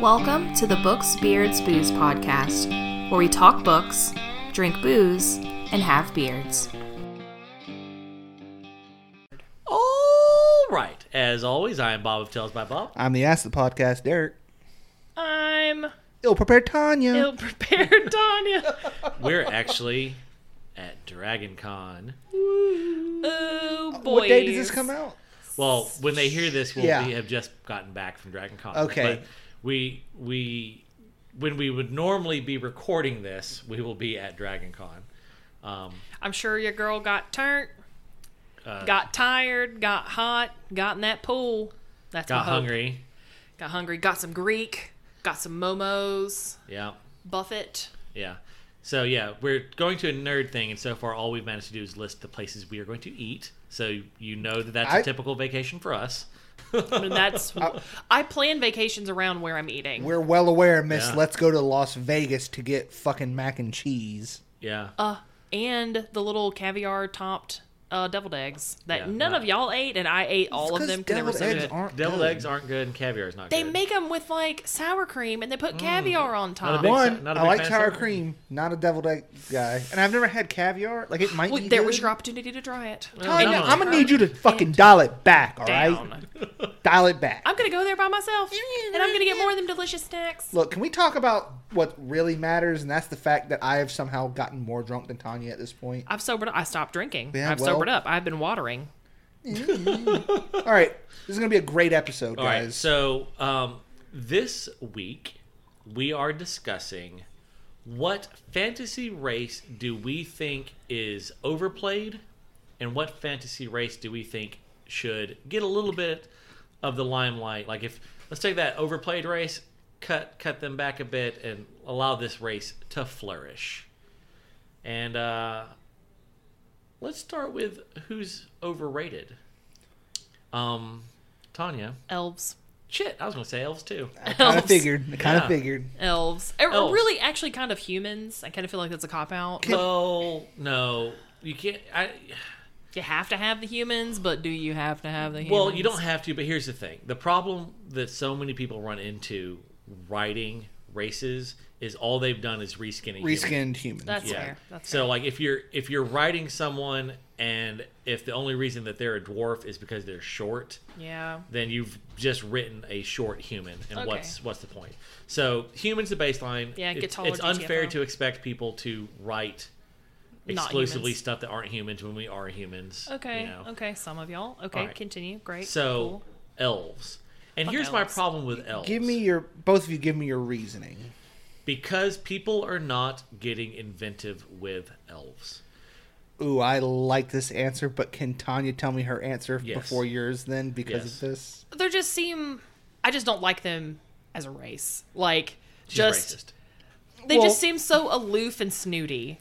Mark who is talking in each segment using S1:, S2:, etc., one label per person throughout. S1: Welcome to the Books, Beards, Booze podcast, where we talk books, drink booze, and have beards.
S2: All right. As always, I am Bob of Tales by Bob.
S3: I'm the Ask the Podcast, Derek.
S2: I'm
S3: Ill prepared Tanya.
S2: ill prepared, Tanya. We're actually at Dragon Con.
S4: Ooh, boy.
S3: Uh, what day does this come out?
S2: Well, when they hear this, we'll,
S3: Yeah.
S2: we have just gotten back from Dragon Con.
S3: Okay.
S2: But we we when we would normally be recording this, we will be at Dragon Con. Um,
S4: I'm sure your girl got turnt,
S2: uh,
S4: got tired, got hot, got in that pool. That's my
S2: got
S4: hope.
S2: hungry.
S4: Got hungry. Got some Greek. Got some momos.
S2: Yeah.
S4: Buffett.
S2: Yeah. So yeah, we're going to a nerd thing, and so far all we've managed to do is list the places we are going to eat. So you know that that's a
S3: I-
S2: typical vacation for us.
S4: And that's
S3: Uh,
S4: I plan vacations around where I'm eating.
S3: We're well aware, Miss.
S2: Yeah.
S3: Let's go to Las Vegas to get fucking mac and cheese.
S2: Yeah.
S4: uh, and the little caviar topped uh, deviled eggs that
S2: Yeah,
S4: none
S2: not-
S4: of y'all ate, and I ate all of them because they were so
S3: eggs
S4: good.
S3: aren't
S2: Deviled
S3: good.
S2: eggs aren't good, and caviar is not
S4: They
S2: good.
S4: make them with like sour cream, and they put caviar on top.
S2: big-
S3: One,
S2: Mm. Not a
S3: I
S2: big
S3: like
S2: fan of sour
S3: sour cream. Not a deviled egg guy, and I've never had caviar. Like it might.
S4: Well,
S3: be
S4: there
S3: good.
S4: was your opportunity to try it.
S3: Tanya,
S2: No.
S3: I'm gonna need you to fucking dial it back. All right,
S4: down.
S3: dial it back.
S4: I'm gonna go there by myself, and I'm gonna get more of them delicious snacks.
S3: Look, can we talk about what really matters? And that's the fact that I have somehow gotten more drunk than Tanya at this point.
S4: I've sobered. I stopped drinking.
S3: Yeah,
S4: I've
S3: well-
S4: sobered up. I've been watering.
S3: All right, this is gonna be a great episode,
S2: All
S3: guys.
S2: right. So um, this week we are discussing what fantasy race do we think is overplayed, and what fantasy race do we think should get a little bit of the limelight. Like if let's take that overplayed race, cut cut them back a bit, and allow this race to flourish. And uh, let's start with who's overrated. Um, Tanya.
S4: Elves,
S2: Shit, I was gonna say elves too.
S3: kind of
S4: Elves.
S3: figured. I kind of
S2: Yeah.
S3: figured.
S4: elves, Or
S2: Elves.
S4: really, actually, kind of humans. I kind of feel like that's a cop out.
S2: Well, no, you can't. I
S4: You have to have the humans, but do you have to have the humans?
S2: well, you don't have to. But here's the thing: the problem that so many people run into writing races is all they've done is reskin a human.
S3: Reskinned human.
S4: That's fair. That's
S2: so like if you're if you're writing someone and if the only reason that they're a dwarf is because they're short,
S4: fair. yeah.
S2: then you've just written a short human and
S4: Okay.
S2: what's what's the point so humans the baseline
S4: Yeah, get
S2: it's,
S4: taller
S2: it's
S4: GTFO.
S2: unfair to expect people to write
S4: Not
S2: exclusively
S4: humans.
S2: stuff that aren't humans when we are humans
S4: Okay.
S2: you know?
S4: Okay. Some of y'all. Okay.
S2: All right.
S4: Continue. Great.
S2: so
S4: cool.
S2: elves and
S4: Fuck
S2: here's my
S4: elves.
S2: problem with elves
S3: Give me your both of you. Give me your reasoning.
S2: because people are not getting inventive with elves
S3: Ooh, I like this answer, but can Tanya tell me her answer
S2: Yes.
S3: before yours then
S2: Yes.
S3: because of this?
S4: there just seem. I just don't like them as a race. Like
S2: She's
S4: just
S2: racist
S4: They
S3: Well-
S4: just seem so aloof and snooty.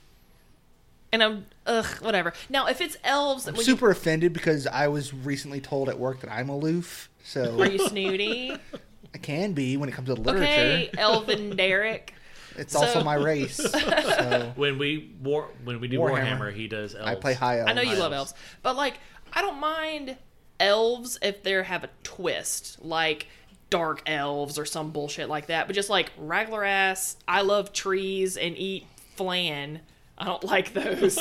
S4: And I'm ugh, whatever. Now, if it's elves,
S3: I'm
S4: when you-
S3: super offended because I was recently told at work that I'm aloof, so
S4: are you snooty?
S3: I can be when it comes to literature.
S4: okay, Elvin Derek.
S3: It's
S4: So-
S3: also my race. So
S2: when we war when we do warhammer,
S3: Warhammer.
S2: he does elves
S3: I play high
S2: Oh
S3: elf.
S4: I know you love
S2: elves.
S4: elves, but like, I don't mind elves if they have a twist, like dark elves or some bullshit like that. But just like regular ass, I love trees and eat flan. I don't like those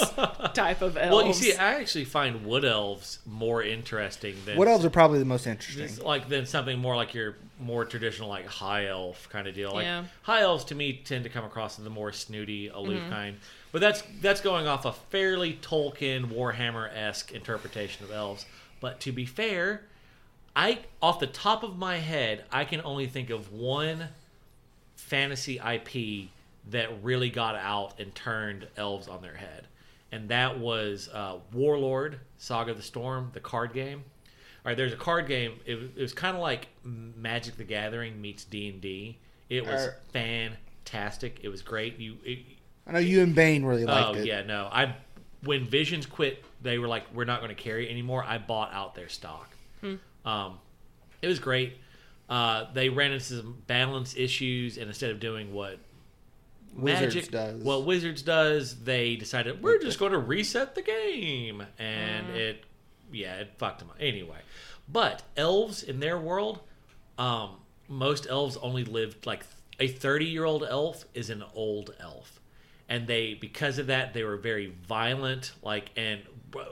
S4: type of elves.
S2: well you see i actually find wood elves more interesting than
S3: What elves are probably the most interesting?
S2: It's like then something more like your more traditional like high elf kind of deal. Like
S4: Yeah.
S2: high elves to me tend to come across as the more snooty, aloof kind. But that's that's going off a fairly Tolkien Warhammer esque interpretation of elves. But to be fair, I off the top of my head, I can only think of one fantasy IP that really got out and turned elves on their head. And that was uh, Warlord, Saga of the Storm, the card game. All right, there's a card game. It, was- it was kind of like Magic the Gathering meets D&D. It was
S3: Er.
S2: fantastic. It was great. You it,
S3: I know you and Bane really
S2: Oh,
S3: liked it.
S2: yeah, no. I when Visions quit, they were like we're not going to carry it anymore. I bought out their stock. Um, it was great. Uh, they ran into some balance issues, and instead of doing what
S3: Wizards does.
S2: what Wizards does, they decided we're just going to reset the game, and
S4: Mm.
S2: it, yeah, it fucked them up. Anyway, but elves in their world, um, most elves only lived like a 30 year old elf is an old elf and they because of that they were very violent like and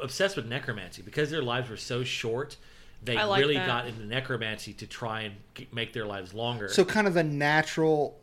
S2: obsessed with necromancy because their lives were so short they
S4: I like
S2: really
S4: that.
S2: got into necromancy to try and g- make their lives longer
S3: So kind of the natural.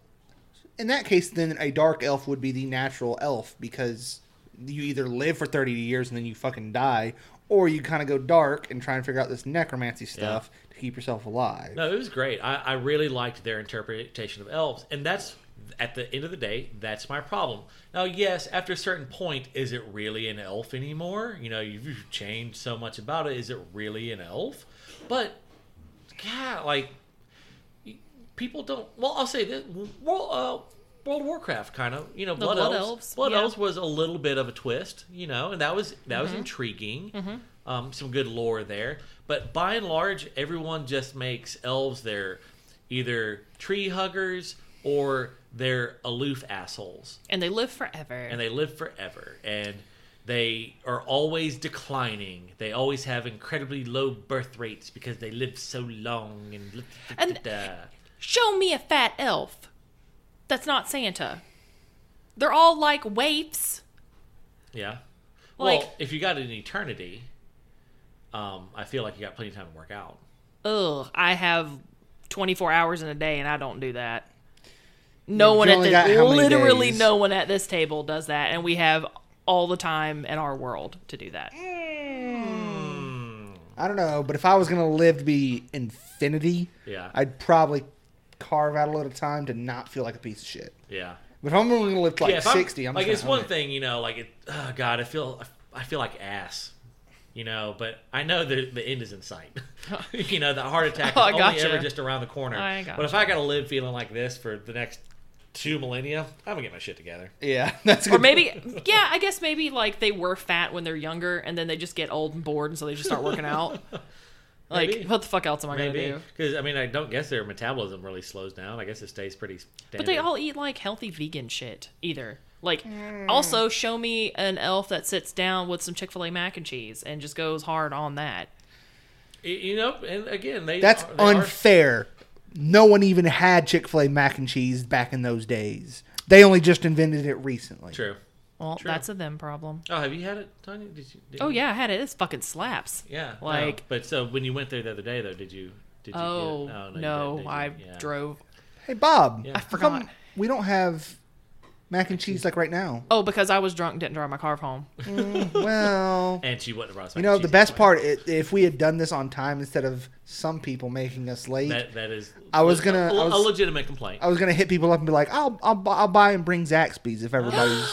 S3: In that case, then a dark elf would be the natural elf because you either live for thirty years and then you fucking die, or you kind of go dark and try and figure out this necromancy stuff to keep yourself alive.
S2: No, it was great. I, I really liked their interpretation of elves, and that's at the end of the day, that's my problem. Now, yes, after a certain point, is it really an elf anymore? You know, you've you've changed so much about it. Is it really an elf? But yeah, like people don't. Well, I'll say this: World, uh, World of Warcraft, kind of. You know,
S4: The
S2: Blood,
S4: Blood
S2: Elves.
S4: Elves,
S2: Blood
S4: yeah.
S2: Elves was a little bit of a twist, you know, and that was that was
S4: Mm-hmm.
S2: intriguing. Um, some good lore there, but by and large, everyone just makes elves their either tree huggers or they're aloof assholes,
S4: and they live forever.
S2: and they live forever and. They are always declining. They always have incredibly low birth rates because they live so long and.
S4: And- Show me a fat elf. That's not Santa. They're all like waifs.
S2: Yeah.
S4: Like-
S2: well, if you got an eternity, um, I feel like you got plenty of time to work out.
S4: Ugh, I have 24 hours in a day and I don't do that. No one
S3: you
S4: at
S3: only got
S4: this,
S3: how many
S4: literally
S3: days?
S4: no one at this table does that, and we have all the time in our world to do that.
S3: I don't know, but if I was gonna live to be infinity,
S2: Yeah.
S3: I'd probably carve out a little time to not feel like a piece of shit.
S2: Yeah.
S3: But if I'm only gonna live to like
S2: yeah, if I'm-
S3: sixty, I'm,
S2: like
S3: just
S2: it's
S3: gonna
S2: one
S3: own it.
S2: thing, you know, like it, oh God, I feel I feel like ass, you know, but I know the the end is in sight. you know, that heart attack
S4: Oh,
S2: is
S4: I
S2: only
S4: gotcha.
S2: ever just around the corner.
S4: I
S2: But if I got to live feeling like this for the next two millennia, I'm gonna get my shit together.
S3: Yeah, that's a
S4: Or
S3: good-
S4: maybe, yeah, I guess maybe like they were fat when they're younger, and then they just get old and bored, and so they just start working out. Like,
S2: Maybe.
S4: what the fuck else am I
S2: Maybe
S4: gonna do?
S2: because I mean I don't guess their metabolism really slows down. I guess it stays pretty. Standard.
S4: But they all eat like healthy vegan shit either. Like, also show me an elf that sits down with some Chick Fil A mac and cheese and just goes hard on that.
S2: Y- you know, and again they
S3: That's
S2: are- they are-
S3: unfair. No one even had Chick Fil A mac and cheese back in those days. They only just invented it recently.
S2: True.
S4: Well,
S2: True.
S4: that's a them problem.
S2: Oh, have you had it, Tanya? Did you? Did
S4: Oh
S2: you-
S4: yeah, I had it. It's fucking slaps.
S2: Yeah. no.
S4: Like-
S2: but so when you went there the other day, though, did you? Did you get-
S4: Oh
S2: you
S4: no,
S2: didn't, did you?
S4: I
S2: Yeah.
S4: drove.
S3: Hey Bob,
S2: Yeah. I
S3: how come
S4: forgot.
S3: we don't have mac and cheese like right now.
S4: Oh, because I was drunk, and didn't drive my car home.
S3: Well,
S2: And she wouldn't have brought. us
S3: you
S2: mac
S3: know
S2: and
S3: the
S2: cheese
S3: best
S2: anyway.
S3: part. i if we had done this on time instead of some people making us late,
S2: That that is.
S3: I was
S2: a-
S3: gonna-
S2: a,
S3: I was-
S2: a legitimate complaint.
S3: I was gonna hit people up and be like, "I'll I'll, bu- I'll buy and bring Zaxby's if everybody's."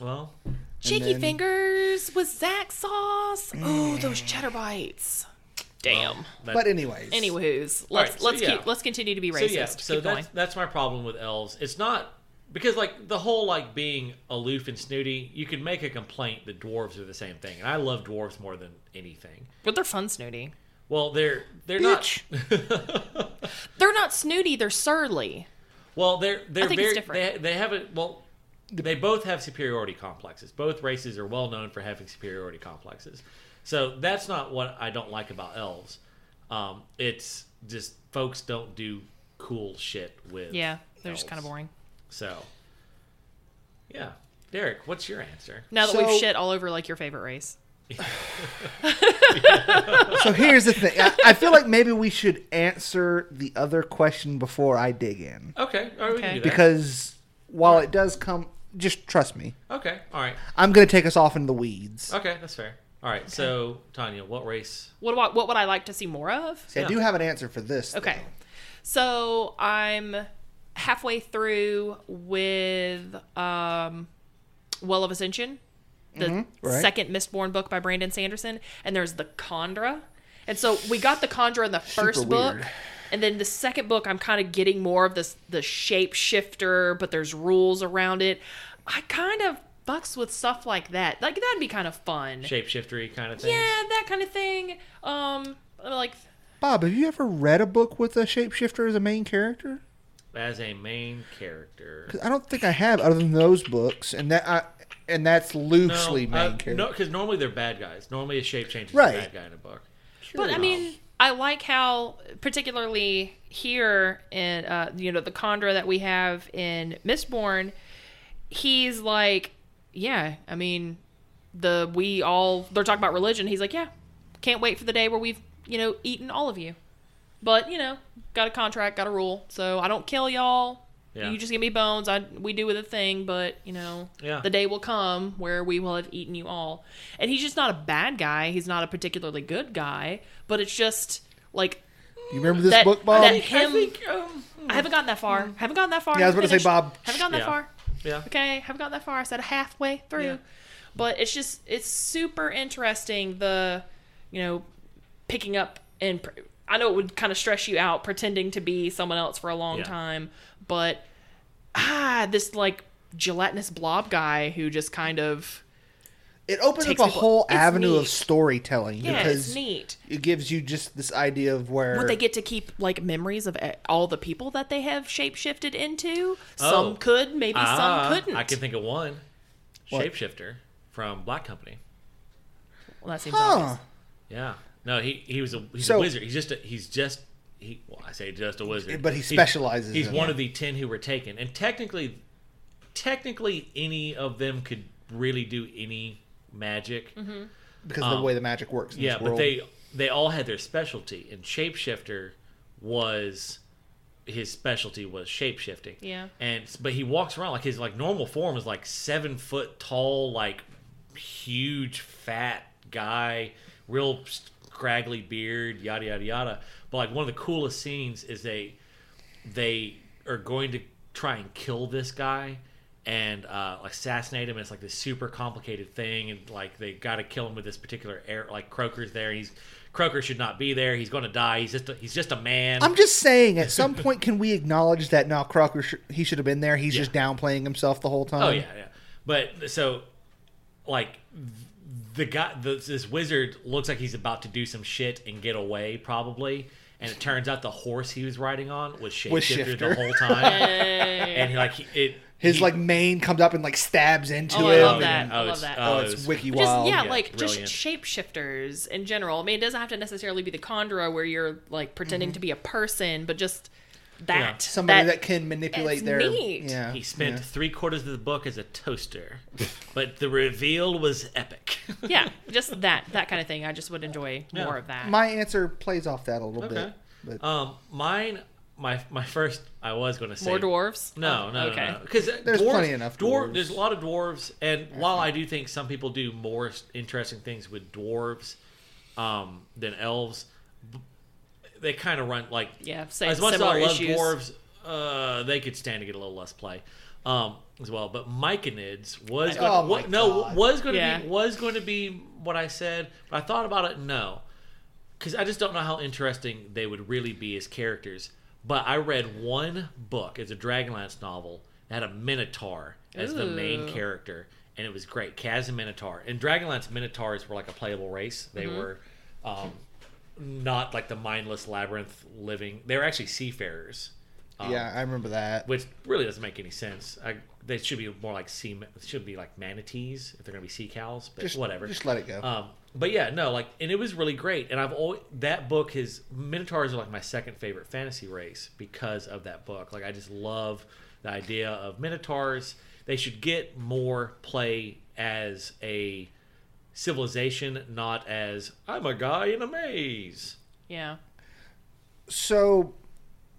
S2: well,
S4: Cheeky
S3: then-
S4: fingers with Zach sauce. Oh, those cheddar bites. Damn.
S2: that,
S3: but anyways,
S4: Anywho's, let's
S2: Alright, so
S4: let's
S2: yeah.
S4: keep let's continue to be
S2: so
S4: racist.
S2: yeah, so
S4: keep going.
S2: that's that's my problem with elves. It's not because like the whole like being aloof and snooty. You can make a complaint that dwarves are the same thing, and I love dwarves more than anything.
S4: But they're fun snooty.
S2: Well, they're they're not.
S4: They're not snooty. They're surly.
S2: Well, they're they're
S4: think
S2: very
S4: it's different.
S2: they they haven't well they both have superiority complexes. Both races are well known for having superiority complexes. So that's not what I don't like about elves. Um, it's just folks don't do cool shit with
S4: Yeah, they're just kind of
S2: elves.
S4: boring.
S2: So yeah, Derek, what's your answer?
S4: Now that
S3: So-
S4: we've shit all over like your favorite race.
S3: so here's the thing. I, I feel like maybe we should answer the other question before I dig in,
S2: Okay, all right, we can
S4: Okay.
S2: do that.
S3: because while it does come, just trust me.
S2: okay, all right,
S3: I'm gonna take us off into the
S4: Oh,
S3: weeds.
S2: okay, that's fair. All right, so Tanya, what race?
S4: What do I, what would I like to see more of?
S3: See, I do have an answer for this.
S4: Okay. So I'm halfway through with um, Well of Ascension, the
S3: Mm-hmm. right.
S4: second Mistborn book by Brandon Sanderson, and there's the Chondra. And so we got the Chondra in the first book.
S3: weird.
S4: And then the second book, I'm kind of getting more of this the shapeshifter, but there's rules around it. I kind of bucks with stuff like that. Like that'd be kind of fun.
S2: Shapeshiftery kind of
S4: yeah,
S2: thing.
S4: that kind of thing. Um, like
S3: Bob, have you ever read a book with a shapeshifter as a main character?
S2: As a main character.
S3: 'Cause I don't think I have, other than those books, and that I, and that's
S2: uh,
S4: uh,
S3: loosely main character.
S2: because normally they're bad guys. Normally a shape change is
S3: Right.
S2: a bad guy in a book.
S4: But I mean, I like how, particularly here in uh, you know the Condra that we have in Mistborn, he's like, yeah, I mean, the we all they're talking about religion. He's like, yeah, can't wait for the day where we've you know eaten all of you, but you know, got a contract, got a rule, so I don't kill y'all.
S2: Yeah.
S4: You just give me bones. I we do with a thing, but you know,
S2: Yeah.
S4: the day will come where we will have eaten you all. And he's just not a bad guy. He's not a particularly good guy, but it's just like
S3: Do you remember this
S4: That-
S3: book, Bob? Hmm.
S4: that-
S2: I
S4: him-
S2: think, um,
S4: I haven't gotten that far. Haven't gotten that far.
S3: Yeah, I was
S4: Haven't
S3: about to say,
S4: finished.
S3: Bob.
S4: Haven't gotten that
S2: Yeah.
S4: far.
S2: yeah.
S4: Okay, haven't gotten that far. I said halfway through.
S2: Yeah.
S4: But it's just it's super interesting the you know picking up and pr- I know it would kind of stress you out pretending to be someone else for a long
S2: Yeah.
S4: time, but ah this like gelatinous blob guy who just kind of
S3: It opens up
S4: takes
S3: a
S4: people-
S3: whole
S4: it's
S3: avenue
S4: neat.
S3: of storytelling
S4: yeah, it's
S3: because
S4: neat.
S3: it gives you just this idea of where
S4: Would they get to keep like memories of eh, all the people that they have shapeshifted into?
S2: Oh.
S4: Some could, maybe
S2: Ah,
S4: some couldn't.
S2: I can think of one.
S3: What?
S2: Shapeshifter from Black Company.
S4: Well, that seems
S3: huh?
S4: obvious.
S2: Yeah. No, he he was a he's a
S3: So-
S2: wizard. He's just a, he's just he. Well, I say just a wizard,
S3: But he
S2: He's-
S3: specializes
S2: He's,
S3: in
S2: one
S3: it.
S2: of the ten who were taken, and technically, technically, any of them could really do any magic.
S3: because
S4: Um,
S3: of the way the magic works. In
S2: Yeah,
S3: this
S2: but
S3: world.
S2: they they all had their specialty, and shapeshifter was his specialty was shapeshifting.
S4: Yeah.
S2: and but he walks around like his like normal form is like seven foot tall, like huge fat guy, real scraggly beard, yada yada yada. But like one of the coolest scenes is they they are going to try and kill this guy and uh, like assassinate him. And it's like this super complicated thing, and like they got to kill him with this particular air. Like Croker's there, and he's Croker should not be there. He's going to die. He's just a, he's just a man.
S3: I'm just saying, at some point, can we acknowledge that? No, Crocker, sh- he should have been there. He's just downplaying himself the whole time.
S2: oh yeah, yeah. But so like th- the guy, the, this wizard looks like he's about to do some shit and get away probably. And it turns out the horse he was riding on was shapeshifter,
S3: Was
S2: the
S3: Shifter.
S2: whole time, and like he, it
S3: His
S2: he-
S3: like mane comes up and like stabs into
S4: Oh, I
S3: him.
S4: love that.
S2: yeah.
S4: I love
S2: it's-
S4: that.
S3: Oh,
S2: it
S3: it's
S2: was-
S3: wiki
S4: Just
S3: wild.
S4: yeah,
S2: Yeah,
S4: like
S2: brilliant.
S4: just shapeshifters in general. I mean, it doesn't have to necessarily be the Condra where you're like pretending to be a person, but just that
S3: Mm-hmm. Somebody that, can manipulate
S4: it's
S3: their.
S4: neat.
S3: Yeah,
S2: He spent
S3: yeah.
S2: three quarters of the book as a toaster, but the reveal was epic.
S4: yeah, just that that kind of thing. I just would enjoy
S2: Yeah.
S4: more of that.
S3: My answer plays off that a little
S2: Okay.
S3: bit. But
S2: um, mine, my my first, I was going to say
S4: more dwarves?
S2: No,
S4: Oh,
S2: no,
S4: okay.
S2: Because
S3: There's plenty enough dwarves.
S2: There's a lot of dwarves, and while I do think some people do more s- interesting things with dwarves um, than elves, b- they kind of run like
S4: Yeah, same,
S2: as much as
S4: similar
S2: I love
S4: issues.
S2: dwarves, uh, they could stand to get a little less play um, as well. But Myconids was
S3: Oh
S2: gonna,
S3: my
S2: wa- no
S3: God.
S2: was going to
S4: Yeah.
S2: be was going to be what I said, but I thought about it. No, because I just don't know how interesting they would really be as characters. But I read one book, it's a Dragonlance novel, that had a Minotaur as the main
S4: Ooh.
S2: character, and it was great. Kaz and Minotaur. And Dragonlance Minotaurs were like a playable race. They
S4: Mm-hmm.
S2: were um, not like the mindless labyrinth living. They were actually seafarers,
S3: yeah,
S2: Oh.
S3: I remember that.
S2: which really doesn't make any sense. I, they should be more like sea. Should be like manatees if they're gonna be sea cows, but
S3: Just
S2: whatever.
S3: Just let it go.
S2: Um, but yeah, no, like, and it was really great. And I've always that book. His Minotaurs are like my second favorite fantasy race because of that book. Like, I just love the idea of Minotaurs. They should get more play as a civilization, not as I'm a guy in a maze.
S4: Yeah.
S3: so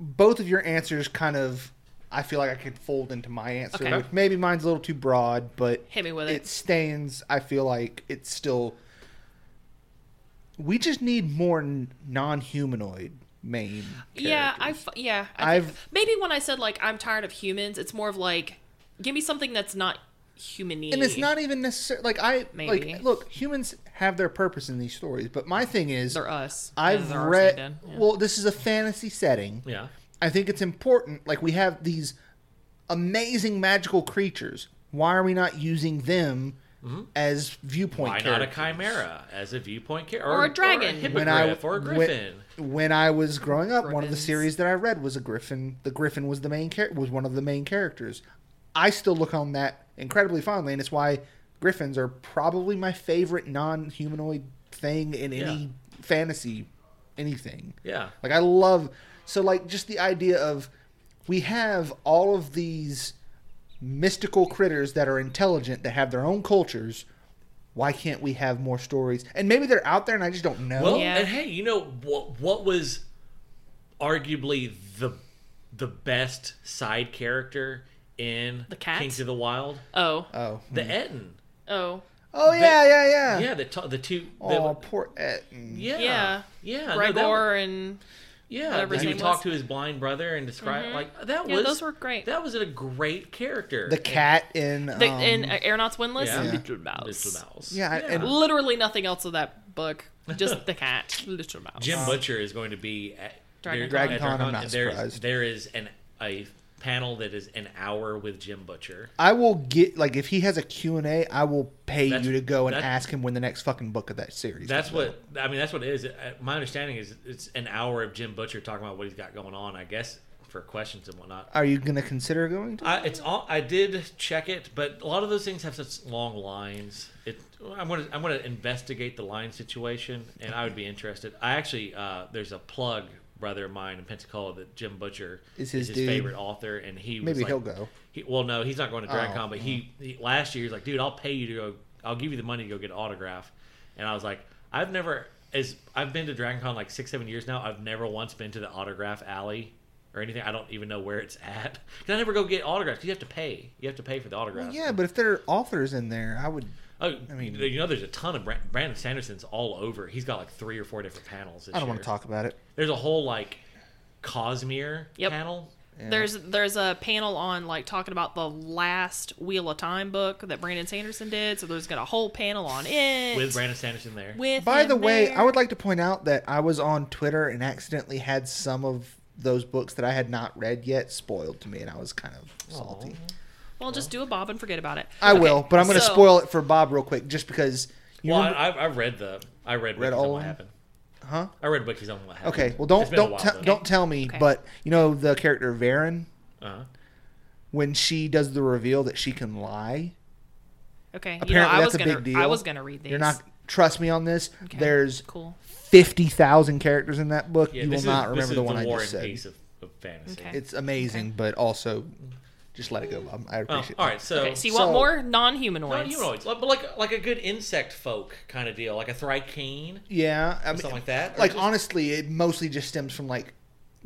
S3: both of your answers kind of I feel like I could fold into my answer.
S4: Okay.
S3: Which maybe mine's a little too broad, but
S4: Hit me with it.
S3: it stains. I feel like it's still. We just need more n- non-humanoid main.
S4: Yeah, I
S3: characters.
S4: f- yeah. I think-
S3: I've-
S4: maybe when I said like I'm tired of humans, it's more of like give me something that's not humany.
S3: and it's not even necessarily like I
S4: Maybe.
S3: like look humans have their purpose in these stories, but my thing is
S4: they're us.
S3: I've
S4: They're our
S3: read.
S4: Satan, yeah.
S3: Well, this is a fantasy setting.
S2: Yeah,
S3: I think it's important. Like we have these amazing magical creatures. Why are we not using them as viewpoint?
S2: Mm-hmm. why not a
S3: characters?
S2: chimera as a viewpoint character,
S4: Or a dragon.
S2: or a
S3: When I
S2: hippogriff, or a griffin?
S3: When, when I was growing up, one of the
S4: Griffins.
S3: series that I read was a griffin. The griffin was the main char- was one of the main characters. I still look on that incredibly fondly, and it's why griffins are probably my favorite non-humanoid thing in any fantasy anything.
S2: Yeah.
S3: Like I love so like just the idea of we have all of these mystical critters that are intelligent that have their own cultures. Why can't we have more stories? And maybe they're out there and I just don't know.
S2: Well,
S4: Yeah.
S2: and hey, you know what? What was arguably the the best side character in
S4: The cat?
S2: Kings of the Wild?
S4: Oh.
S3: oh.
S2: The Etten.
S4: Oh.
S3: oh yeah, yeah, yeah.
S2: Yeah, the t- the two.
S3: Oh,
S2: the,
S3: poor Etten.
S2: yeah,
S4: Yeah.
S2: yeah, no, that
S4: Gregor
S2: was-
S4: and
S2: yeah,
S4: whatever
S2: that
S4: his
S2: he
S4: name
S2: would talk
S4: was. Mm-hmm.
S2: to his blind brother and describe like that
S4: Yeah,
S2: was.
S4: those were great.
S2: That was a great character.
S3: The cat in
S4: the,
S3: um,
S4: and Aeronauts Windlass
S2: yeah.
S4: and
S2: Yeah.
S4: Little Mouse.
S2: Little Mouse.
S3: Yeah, I- and-
S4: Literally nothing else of that book. Just the cat, Little Mouse.
S2: Jim Butcher is going to be at
S4: Um, Dragon
S2: there-
S4: Dragon
S2: at
S3: Con, I'm
S2: Dragon
S3: not
S2: and there is-
S3: surprised.
S2: There is an a panel that is an hour with Jim Butcher.
S3: I will get like if he has a Q&A, I will pay
S2: That's-
S3: you to go and
S2: that-
S3: ask him when the next fucking book of that series.
S2: That's
S3: comes out.
S2: what I mean. That's what it is. Uh, My understanding is it's an hour of Jim Butcher talking about what he's got going on. I guess for questions and whatnot.
S3: Are you going to consider going to?
S2: I, it's all. I did check it, but a lot of those things have such long lines. It. I'm gonna. I'm gonna investigate the line situation, and I would be interested. I actually. Uh, there's a plug brother of mine in Pensacola that Jim Butcher
S3: Is his dude.
S2: favorite author, and he was
S3: Maybe
S2: like-
S3: he'll go.
S2: He, well, no, he's not going to DragCon,
S3: Oh.
S2: but he, he last year he's like, dude, I'll pay you to go. I'll give you the money to go get an autograph, and I was like, I've never as I've been to DragonCon like six seven years now. I've never once been to the autograph alley or anything. I don't even know where it's at. 'Cause I never go get autographs. 'cause You have to pay. You have to pay for the autographs.
S3: Yeah, but if there are authors in there, I would.
S2: Oh,
S3: I
S2: I
S3: mean-
S2: mean, you know, there's a ton of Brand- Brandon Sanderson's all over. He's got like three or four different panels. This
S3: I don't want
S2: year.
S3: to talk about it.
S2: There's a whole like Cosmere
S4: Yep.
S2: panel.
S4: There's there's a panel on like talking about the last Wheel of Time book that Brandon Sanderson did. So there's got a whole panel on it
S2: With Brandon Sanderson there,
S4: With
S3: By
S4: him
S3: the way,
S4: there.
S3: I would like to point out that I was on Twitter and accidentally had some of those books that I had not read yet spoiled to me, and I was kind of salty.
S4: well just do a bob and forget about it.
S3: I
S4: Okay,
S3: will, but I'm going to
S4: so-
S3: spoil it for Bob real quick, just because. You
S2: well,
S3: remember-
S2: I, I, I read the I read,
S3: Read
S2: wikis
S3: all
S2: on
S3: of
S2: what
S3: them?
S2: happened.
S3: Huh?
S2: I read wikis on what happened.
S3: okay, well
S2: It's
S3: don't
S2: been a
S3: don't
S2: while,
S3: tell
S2: though.
S3: don't tell me,
S4: Okay.
S3: but you know the character Varen
S2: Uh-huh.
S3: when she does the reveal that she can lie.
S4: Okay, you know,
S3: Apparently,
S4: I
S3: that's
S4: was
S3: a
S4: gonna
S3: big deal.
S4: I was gonna read these.
S3: You're not trust me on this.
S4: Okay,
S3: There's
S4: cool.
S3: fifty thousand characters in that book.
S2: Yeah,
S3: you will
S2: this is-
S3: not
S2: this
S3: remember
S2: is
S3: the one I
S2: War
S3: just
S2: and
S3: said.
S2: Peace of, of fantasy.
S4: Okay.
S3: It's amazing, but also just let it go, Bob. I
S2: Oh,
S3: appreciate it.
S2: all right, so
S4: Okay, so you
S3: So-
S4: want more
S2: not
S4: non-humanoids?
S2: humanoids, like- but like like a good insect folk kind of deal, like a thrycane,
S3: Yeah, I mean,
S2: something like that. or
S3: like
S2: just-
S3: honestly, it mostly just stems from like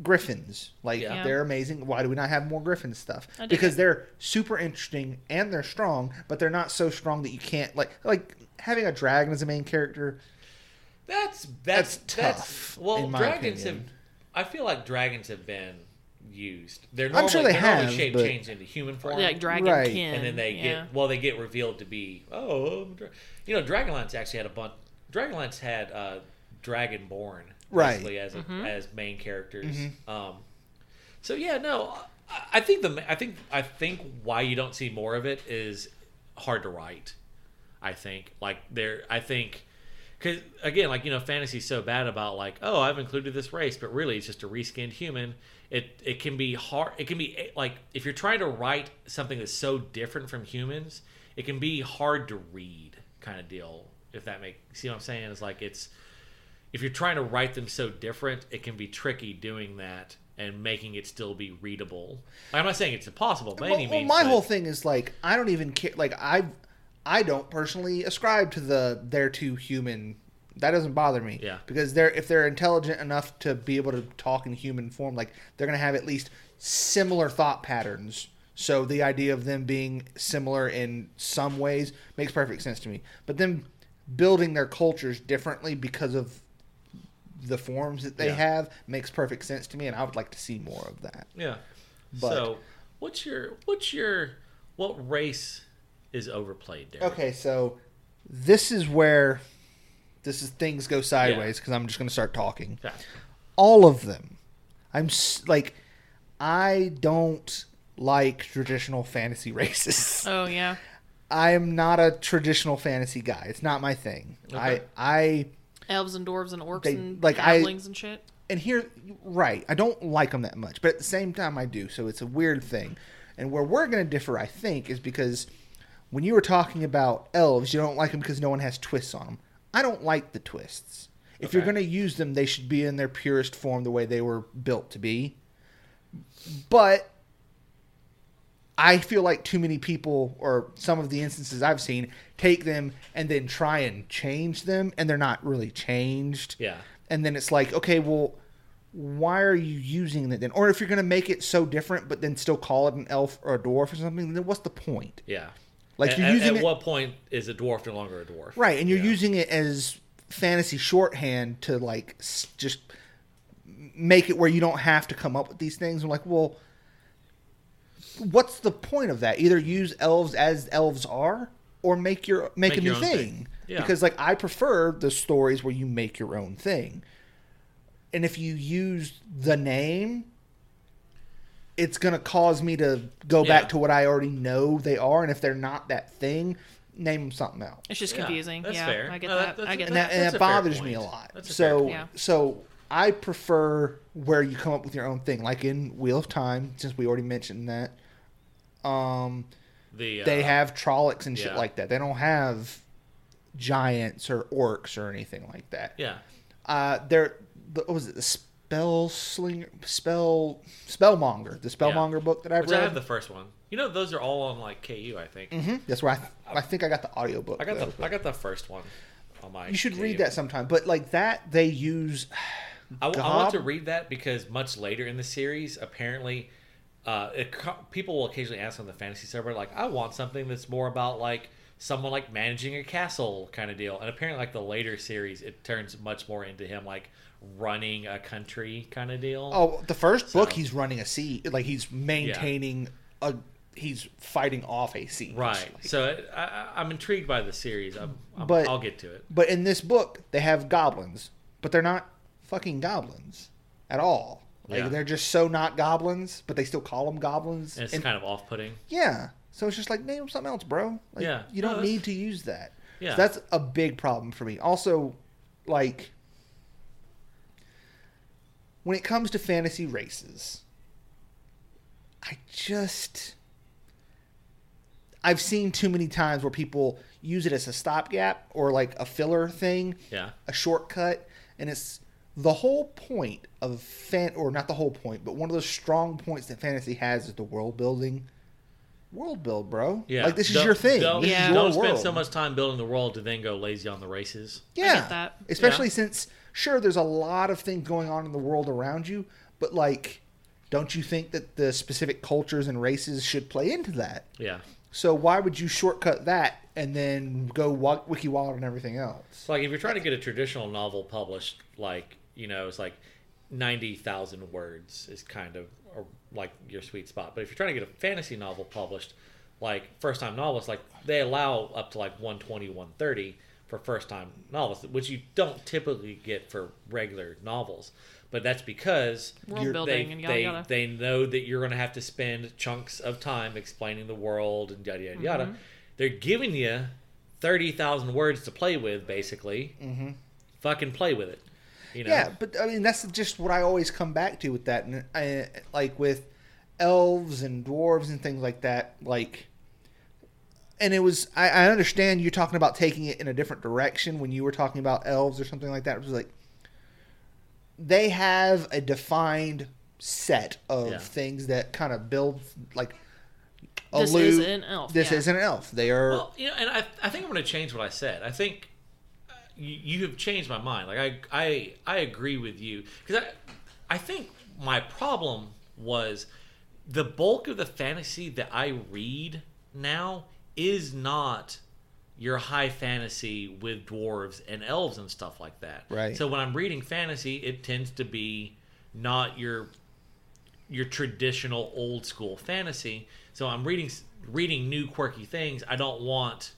S3: griffins. Like
S2: Yeah.
S3: they're amazing. Why do we not have more griffin stuff?
S4: I dig
S3: Because
S4: it.
S3: they're super interesting and they're strong, but they're not so strong that you can't like like having a dragon as a main character.
S2: that's that's
S3: That's
S2: that's,
S3: tough,
S2: well,
S3: in my
S2: dragons
S3: opinion.
S2: have. I feel like dragons have been used. They're normally,
S3: I'm sure they
S2: they're normally
S3: have,
S2: shape
S3: but-
S2: changed into human form,
S4: like dragon
S3: Right.
S4: kin,
S2: and then they
S4: yeah.
S2: get well, they get revealed to be oh, I'm dra-" you know, dragonlance actually had a bunch. Dragonlance had uh, dragonborn
S3: Right.
S2: basically as a,
S4: Mm-hmm.
S2: as main characters. Um, So yeah, no, I- I think the I think I think why you don't see more of it is hard to write. I think like there I think because again like you know fantasy's so bad about like oh I've included this race but really it's just a reskinned human. It it can be hard. It can be eh, like if you're trying to write something that's so different from humans, it can be hard to read kind of deal. If that make see what I'm saying is like it's if you're trying to write them so different, it can be tricky doing that and making it still be readable. Like, I'm not saying it's impossible by
S3: well,
S2: any
S3: well,
S2: means.
S3: my
S2: but-
S3: whole thing is like I don't even care. Like I, I don't personally ascribe to the they're too human. That doesn't bother me.
S2: Yeah.
S3: Because they're if they're intelligent enough to be able to talk in human form, like they're gonna have at least similar thought patterns. So the idea of them being similar in some ways makes perfect sense to me. But them building their cultures differently because of the forms that they
S2: Yeah.
S3: have makes perfect sense to me, and I would like to see more of that.
S2: Yeah.
S3: But-
S2: so, what's your what's your what race is overplayed there?
S3: Okay, so this is where this is things go sideways because I'm just going to start talking. All of them. I'm s- like, I don't like traditional fantasy races.
S4: Oh yeah,
S3: I am not a traditional fantasy guy. It's not my thing. I
S2: Okay.
S3: I
S4: elves and dwarves and orcs
S3: They-
S4: and
S3: like, I-
S4: goblins and shit.
S3: and here right i don't like them that much but at the same time i do so it's a weird thing and where we're going to differ i think is because when you were talking about elves you don't like them because no one has twists on them i don't like the twists If you're
S2: Okay.
S3: going to use them, they should be in their purest form, the way they were built to be. But I feel like too many people, or some of the instances I've seen, take them and then try and change them, and they're not really changed.
S2: Yeah.
S3: And then it's like, okay, well, why are you using it then? Or if you're going to make it so different, but then still call it an elf or a dwarf or something, then what's the point?
S2: Yeah.
S3: Like,
S2: At-
S3: you're
S2: at,
S3: using
S2: at
S3: it-
S2: what point is a dwarf no longer a dwarf?
S3: Right, and you're
S2: Yeah.
S3: using it as fantasy shorthand to like s- just make it where you don't have to come up with these things. I'm like, well, what's the point of that? Either use elves as elves are, or make your make,
S2: Make
S3: a
S2: your
S3: new
S2: own
S3: thing.
S2: thing. Yeah.
S3: Because like I prefer the stories where you make your own thing, and if you use the name. It's gonna cause me to go
S2: Yeah.
S3: back to what I already know they are, and if they're not that thing, name them something else
S4: It's just
S2: Yeah,
S4: confusing.
S2: that's
S4: yeah,
S2: fair.
S4: I get
S2: No,
S4: that.
S2: that-
S4: I
S2: that's-
S4: get
S3: and that,
S4: that.
S3: and
S2: That's
S3: that
S2: a fair
S3: bothers me a
S2: point.
S3: lot.
S2: That's a fair
S3: so
S2: point.
S4: Yeah.
S3: so I prefer where you come up with your own thing, like in Wheel of Time, since we already mentioned that. Um,
S2: The uh,
S3: they have Trollocs and shit
S2: yeah.
S3: like that. They don't have giants or orcs or anything like that.
S2: Yeah.
S3: Uh, they're the, what was it the spell slinger spell spellmonger the spellmonger book that I've
S2: Which
S3: read.
S2: I have the first one. You know, those are all on like KU. I think
S3: Mhm. That's where I, I think I got the audiobook.
S2: I got
S3: though,
S2: the
S3: but-
S2: I got the first one. On my
S3: you should read
S2: KU.
S3: that sometime, but like that they use
S2: I, w- I want to
S3: Gob?
S2: read that because much later in the series, apparently, uh, it, co- people will occasionally ask on the fantasy server, like, "I want something that's more about like someone like managing a castle kind of deal." And apparently, like the later series, it turns much more into him like running a country kind of deal.
S3: Oh, the first
S2: So-
S3: book, he's running a siege. Like he's maintaining a, he's fighting off a siege.
S2: right.
S3: Like-
S2: So it, I, I- I'm intrigued by the series. I'm, I'm,
S3: But-
S2: I'll get to it.
S3: but in this book, they have goblins, but they're not fucking goblins at all. Like
S2: Yeah.
S3: they're just so not goblins, but they still call them goblins.
S2: And it's
S3: And-
S2: kind of off-putting.
S3: yeah. So it's just like name 'em something else, bro. Like,
S2: Yeah.
S3: You
S2: No,
S3: don't
S2: that's-
S3: need to use that. So
S2: Yeah.
S3: that's a big problem for me. Also, like when it comes to fantasy races, I just I've seen too many times where people use it as a stopgap or like a filler thing
S2: Yeah.
S3: a shortcut and it's the whole point of fan or not the whole point but one of the strong points that fantasy has is the world building world build bro
S2: Yeah.
S3: like this is
S2: Don't-
S3: your thing
S2: Don't,
S3: This
S4: Yeah.
S3: is your
S2: don't spend
S3: world.
S2: so much time building the world to then go lazy on the races.
S3: yeah
S4: that.
S3: especially since sure there's a lot of things going on in the world around you but like don't you think that the specific cultures and races should play into that
S2: Yeah.
S3: so why would you shortcut that and then go wa- wiki wild and everything else
S2: It's like if you're trying to get a traditional novel published, like you know, it's like ninety thousand words is kind of or like your sweet spot. But if you're trying to get a fantasy novel published, like first time novelists, like they allow up to like 120, 130 for first time novelists, which you don't typically get for regular novels. But that's because
S4: World
S2: you're-
S4: building
S2: they,
S4: and yada
S2: they,
S4: yada.
S2: they know that you're going to have to spend chunks of time explaining the world and yada yada yada. They're giving you thirty thousand words to play with, basically. Mm-hmm. Fucking play with it. You know?
S3: Yeah, but I mean that's just what I always come back to with that, and I, like with elves and dwarves and things like that. Like, and it was I, I understand you're talking about taking it in a different direction when you were talking about elves or something like that. It was like they have a defined set of
S2: Yeah.
S3: things that kind of build like a
S4: This
S3: loot.
S4: is an elf,
S3: This
S4: yeah.
S3: isn't an elf. They are
S2: Well, you know, and I, I think I'm going to change what I said. I think uh, you, you have changed my mind. Like I, I, I agree with you because I, I think my problem was the bulk of the fantasy that I read now is not your high fantasy with dwarves and elves and stuff like that.
S3: Right.
S2: So when I'm reading fantasy, it tends to be not your your traditional old school fantasy. So I'm reading reading new quirky things. I don't want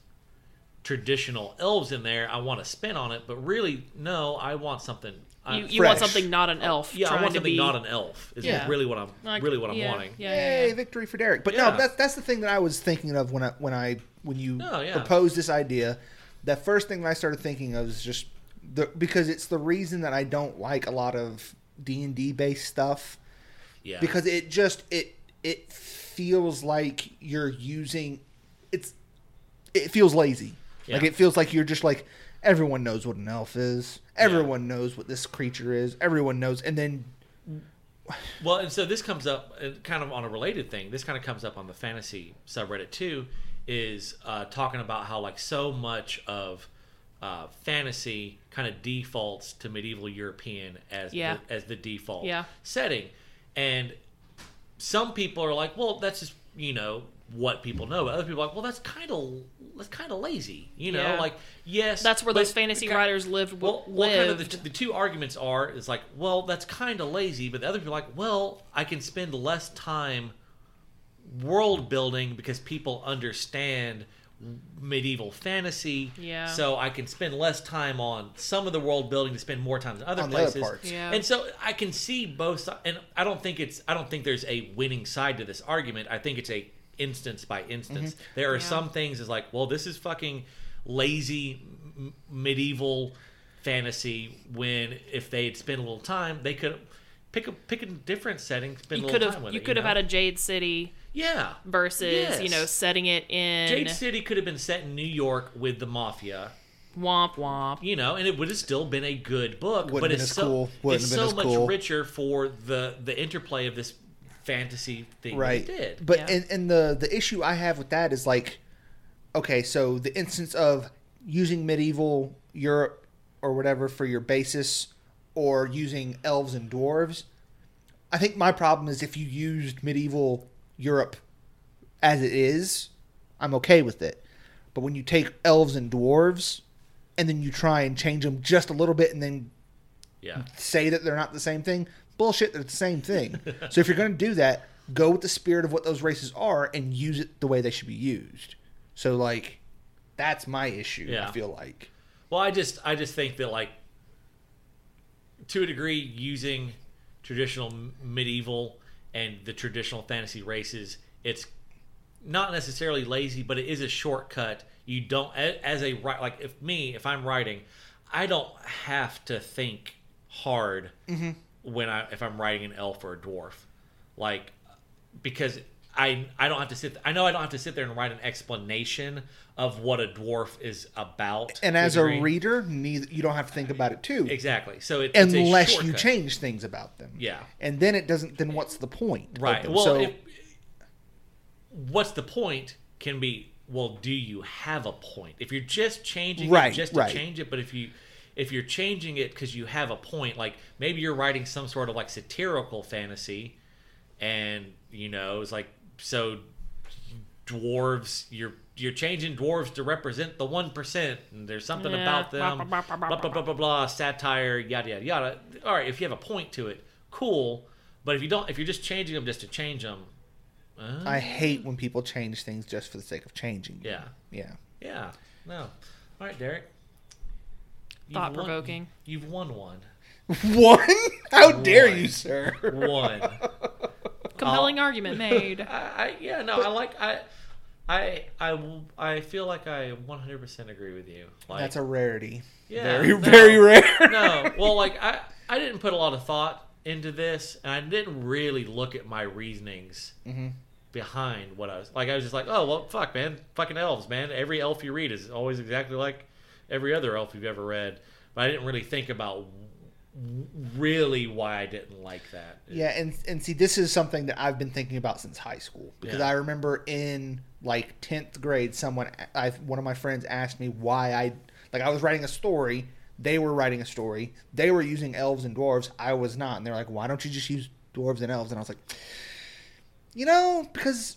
S2: traditional elves in there. I want a spin on it, but really, no, I want something. I,
S4: you, you want
S3: fresh.
S4: something not an elf.
S2: Uh, yeah, I
S4: trying
S2: want
S4: to
S2: something
S4: be,
S2: not an elf. Is
S4: Yeah.
S2: really what I'm
S4: like,
S2: really what I'm
S4: yeah,
S2: wanting.
S4: Yeah, yeah,
S3: Yay,
S4: yeah.
S3: victory for Derek. But
S2: Yeah.
S3: no, that's that's the thing that I was thinking of when I when I when you
S2: No, Oh, yeah.
S3: proposed this idea. The first thing that I started thinking of is just the because it's the reason that I don't like a lot of D and D based stuff
S2: Yeah,
S3: because it just it it feels like you're using it's it feels lazy. Like
S2: Yeah.
S3: it feels like you're just like Everyone knows what an elf is. Everyone knows what this creature is. Everyone knows. And then
S2: Well, and so this comes up uh, kind of on a related thing. This kind of comes up on the fantasy subreddit too, is uh, talking about how like so much of uh, fantasy kind of defaults to medieval European as
S4: Yeah.
S2: the, as the default
S4: Yeah.
S2: setting, and some people are like, well, that's just you know what people know. Other people are like, well, that's kind of that's kind of lazy. You know,
S4: Yeah.
S2: like yes,
S4: That's where
S2: but-
S4: those fantasy writers lived.
S2: well,
S4: lived.
S2: well kind of the, the two arguments are is like, well, that's kind of lazy, but the other people are like, well, I can spend less time world building because people understand medieval fantasy.
S4: Yeah.
S2: So I can spend less time on some of the world building to spend more time on other
S3: On the other
S2: places.
S3: parts.
S4: Yeah.
S2: And so I can see both si- and I don't think it's I don't think there's a winning side to this argument. I think it's a instance by instance. There are
S4: Yeah.
S2: some things is like, well, this is fucking lazy m- medieval fantasy when if they had spent a little time, they could pick a pick a different setting, spend
S4: you
S2: a
S4: could
S2: little time
S4: have
S2: with
S4: you
S2: it,
S4: could have
S2: know?
S4: had a Jade City
S2: Yeah.
S4: versus you
S2: Yes.
S4: know setting it in
S2: Jade City could have been set in New York with the mafia,
S4: womp womp.
S2: you know, and it would have still been a good book.
S3: Wouldn't
S2: but
S3: been
S2: it's
S3: as
S2: so
S3: cool. Wouldn't
S2: it's
S3: have been
S2: so
S3: as
S2: much
S3: cool.
S2: richer for the the interplay of this fantasy thing. Right.
S3: right
S2: Did.
S3: but
S4: Yeah.
S3: and, and the the issue i have with that is like okay so the instance of using medieval europe or whatever for your basis or using elves and dwarves i think my problem is if you used medieval europe as it is i'm okay with it but when you take elves and dwarves and then you try and change them just a little bit and then
S2: yeah.
S3: say that they're not the same thing. Bullshit, they're the same thing. so if you're going to do that, go with the spirit of what those races are and use it the way they should be used. So like, that's my issue.
S2: Yeah.
S3: I feel like
S2: Well, I just I just think that like to a degree using traditional m- medieval and the traditional fantasy races, it's not necessarily lazy, but it is a shortcut. You don't a- as a wri- like if me if I'm writing, I don't have to think hard
S3: Mm-hmm.
S2: when I if I'm writing an elf or a dwarf, like because I I don't have to sit I know I don't have to sit there and write an explanation of what a dwarf is about.
S3: and
S2: to
S3: as a
S2: degree.
S3: reader, neither you don't have to think about it too,
S2: Exactly. So it, it's a
S3: unless you
S2: shortcut.
S3: change things about them.
S2: Yeah.
S3: and then it doesn't. Then what's the point? of
S2: Right.
S3: them?
S2: Well,
S3: so
S2: if- what's the point? Can be well. Do you have a point? If you're just changing
S3: Right,
S2: it just to
S3: right.
S2: change it, but if you if you're changing it because you have a point, like maybe you're writing some sort of like satirical fantasy, and you know it's like so dwarves. You're you're changing dwarves to represent the one percent, and there's something
S4: Yeah.
S2: about them.
S4: Blah, blah, blah, blah,
S2: blah,
S4: blah,
S2: blah, blah, blah, satire, yada, yada, yada. All right, if you have a point to it, cool. But if you don't, if you're just changing them just to change them,
S3: I hate when people change things just for the sake of changing. them.
S2: yeah,
S3: yeah.
S2: yeah, no. All right, Derek. You've won-
S4: Thought-provoking.
S2: You've won one.
S3: One? How dare
S2: One.
S3: you, sir?
S2: One. uh,
S4: Compelling argument made.
S2: I, I yeah no I like I. I, I, I feel like I 100% agree with you. Like,
S3: That's a rarity.
S2: yeah,
S3: very
S2: no.
S3: very rare.
S2: no well like i i didn't put a lot of thought into this and i didn't really look at my reasonings
S3: Mm-hmm.
S2: behind what i was like i was just like oh well fuck man fucking elves man every elf you read is always exactly like every other elf you've ever read but i didn't really think about w- really why i didn't like that
S3: Yeah, and and see, this is something that I've been thinking about since high school because
S2: Yeah.
S3: I remember in like tenth grade, someone, I one of my friends asked me why I like I was writing a story. They were writing a story. They were using elves and dwarves. I was not, and they're like, "Why don't you just use dwarves and elves?" And I was like, "You know, because."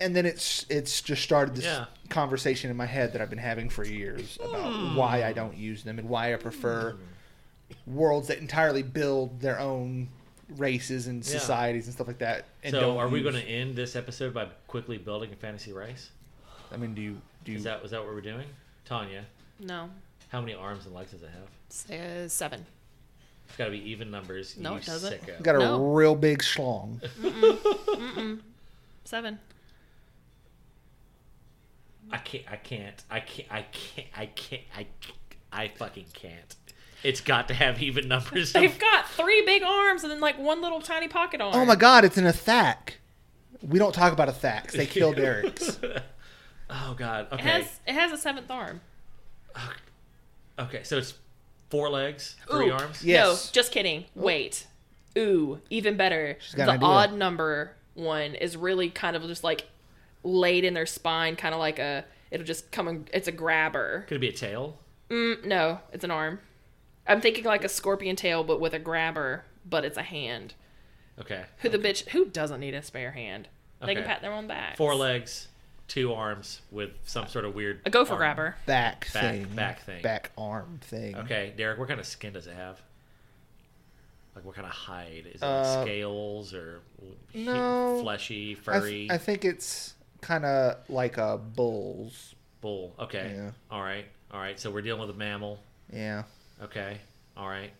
S3: And then it's it's just started this
S2: Yeah.
S3: conversation in my head that I've been having for years about why
S2: Hmm.
S3: I don't use them and why I prefer worlds that entirely build their own races and
S2: Yeah.
S3: societies and stuff like that. And
S2: so
S3: don't
S2: are we
S3: use-
S2: going to end this episode by quickly building a fantasy race
S3: I mean, do you do you,
S2: is that was that what we're doing tanya
S4: No,
S2: how many arms and legs does it have
S4: S- uh, seven.
S2: it's got to be even numbers
S4: No,
S2: you
S4: it doesn't.
S2: sicko.
S3: you got a
S4: No.
S3: real big schlong?
S4: Seven.
S2: I can't. I can't. I can't. I can't. I can't. I. I fucking can't. It's got to have even numbers.
S4: They've got three big arms and then like one little tiny pocket arm.
S3: Oh my god, it's in a thack. We don't talk about a thack. They killed Eric's.
S2: oh god.
S4: It
S2: Okay.
S4: has it has a seventh arm.
S2: Okay, so it's four legs, three
S4: Ooh,
S2: arms.
S3: Yes.
S4: No, just kidding.
S2: Oh.
S4: Wait. Ooh, even better.
S3: got
S4: The
S3: an idea.
S4: odd number one is really kind of just like laid in their spine, kind of like a. It'll just come. And, it's a grabber.
S2: Could it be a tail?
S4: Mm, no, it's an arm. I'm thinking like a scorpion tail, but with a grabber, but it's a hand.
S2: Okay.
S4: Who the bitch? Who doesn't need a spare hand? They can
S2: Okay.
S4: pat their own back.
S2: Four legs, two arms with some sort of weird.
S4: A gopher
S2: arm.
S4: grabber.
S3: Back,
S2: Back-
S3: thing.
S2: back thing.
S3: Back arm thing.
S2: Okay, Derek, what kind of skin does it have? Like what kind of hide? Is it
S3: Uh,
S2: scales or he-
S3: no.
S2: fleshy,
S3: I, th-
S2: furry?
S3: I think it's kind of like a bull's.
S2: Bull. Okay.
S3: Yeah.
S2: All right. All right. So we're dealing with a mammal.
S3: Yeah.
S2: Okay. All right.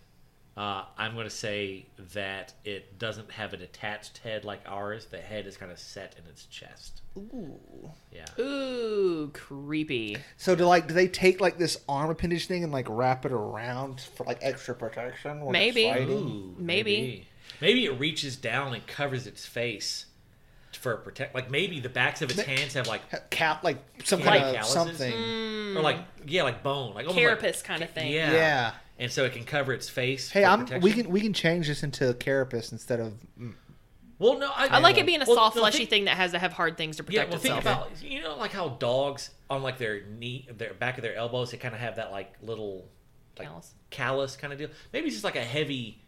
S2: Uh, I'm going to say that it doesn't have an attached head like ours. The head is kind of set in its chest.
S3: Ooh.
S2: Yeah.
S4: Ooh, creepy.
S3: So do like do they take like this arm appendage thing and like wrap it around for like extra protection? when it's
S4: Maybe.
S3: fighting?
S2: Ooh,
S4: Maybe.
S2: maybe. Maybe it reaches down and covers its face for protect. Like maybe the backs of its hands have like
S3: Cal- like some
S2: Like
S3: kind of
S2: calluses?
S3: something.
S4: Mm,
S2: or like yeah, like bone, like almost like-
S4: Carapace kind of thing.
S2: Oh Yeah.
S3: Yeah.
S2: And so it can cover its face.
S3: Hey,
S2: for
S3: I'm
S2: protection.
S3: we can we can change this into a carapace instead of mm,
S2: Well, no, I,
S4: I like it being a
S2: Well,
S4: soft,
S2: no,
S4: fleshy
S2: think-
S4: thing that has to have hard things to
S2: Yeah,
S4: protect
S2: well, think
S4: itself.
S2: about you know like how dogs on like their knee, their back of their elbows, they kind of have that like little like
S4: Callus.
S2: callus kind of deal. Maybe it's just like a heavy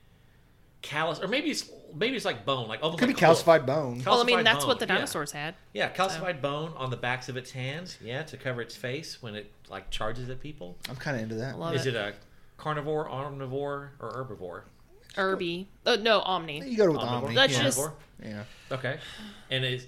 S2: callus, or maybe it's maybe it's like bone, like almost
S3: could be
S2: like hoof.
S3: calcified bone.
S2: Cal-
S4: well, I mean,
S2: calcified
S4: that's what
S2: bone,
S4: the
S2: yeah.
S4: dinosaurs had.
S2: Yeah, calcified
S4: Oh.
S2: bone on the backs of its hands. Yeah, to cover its face when it like charges at people.
S3: I'm kind of into that.
S4: Love
S2: Is
S4: it.
S2: it a carnivore, omnivore, or herbivore?
S4: Irby. Oh, no, Omni.
S3: You go with
S2: Omnivore.
S3: Omni.
S4: That's
S3: yeah.
S4: just-
S2: Omnivore?
S3: yeah.
S2: okay. And is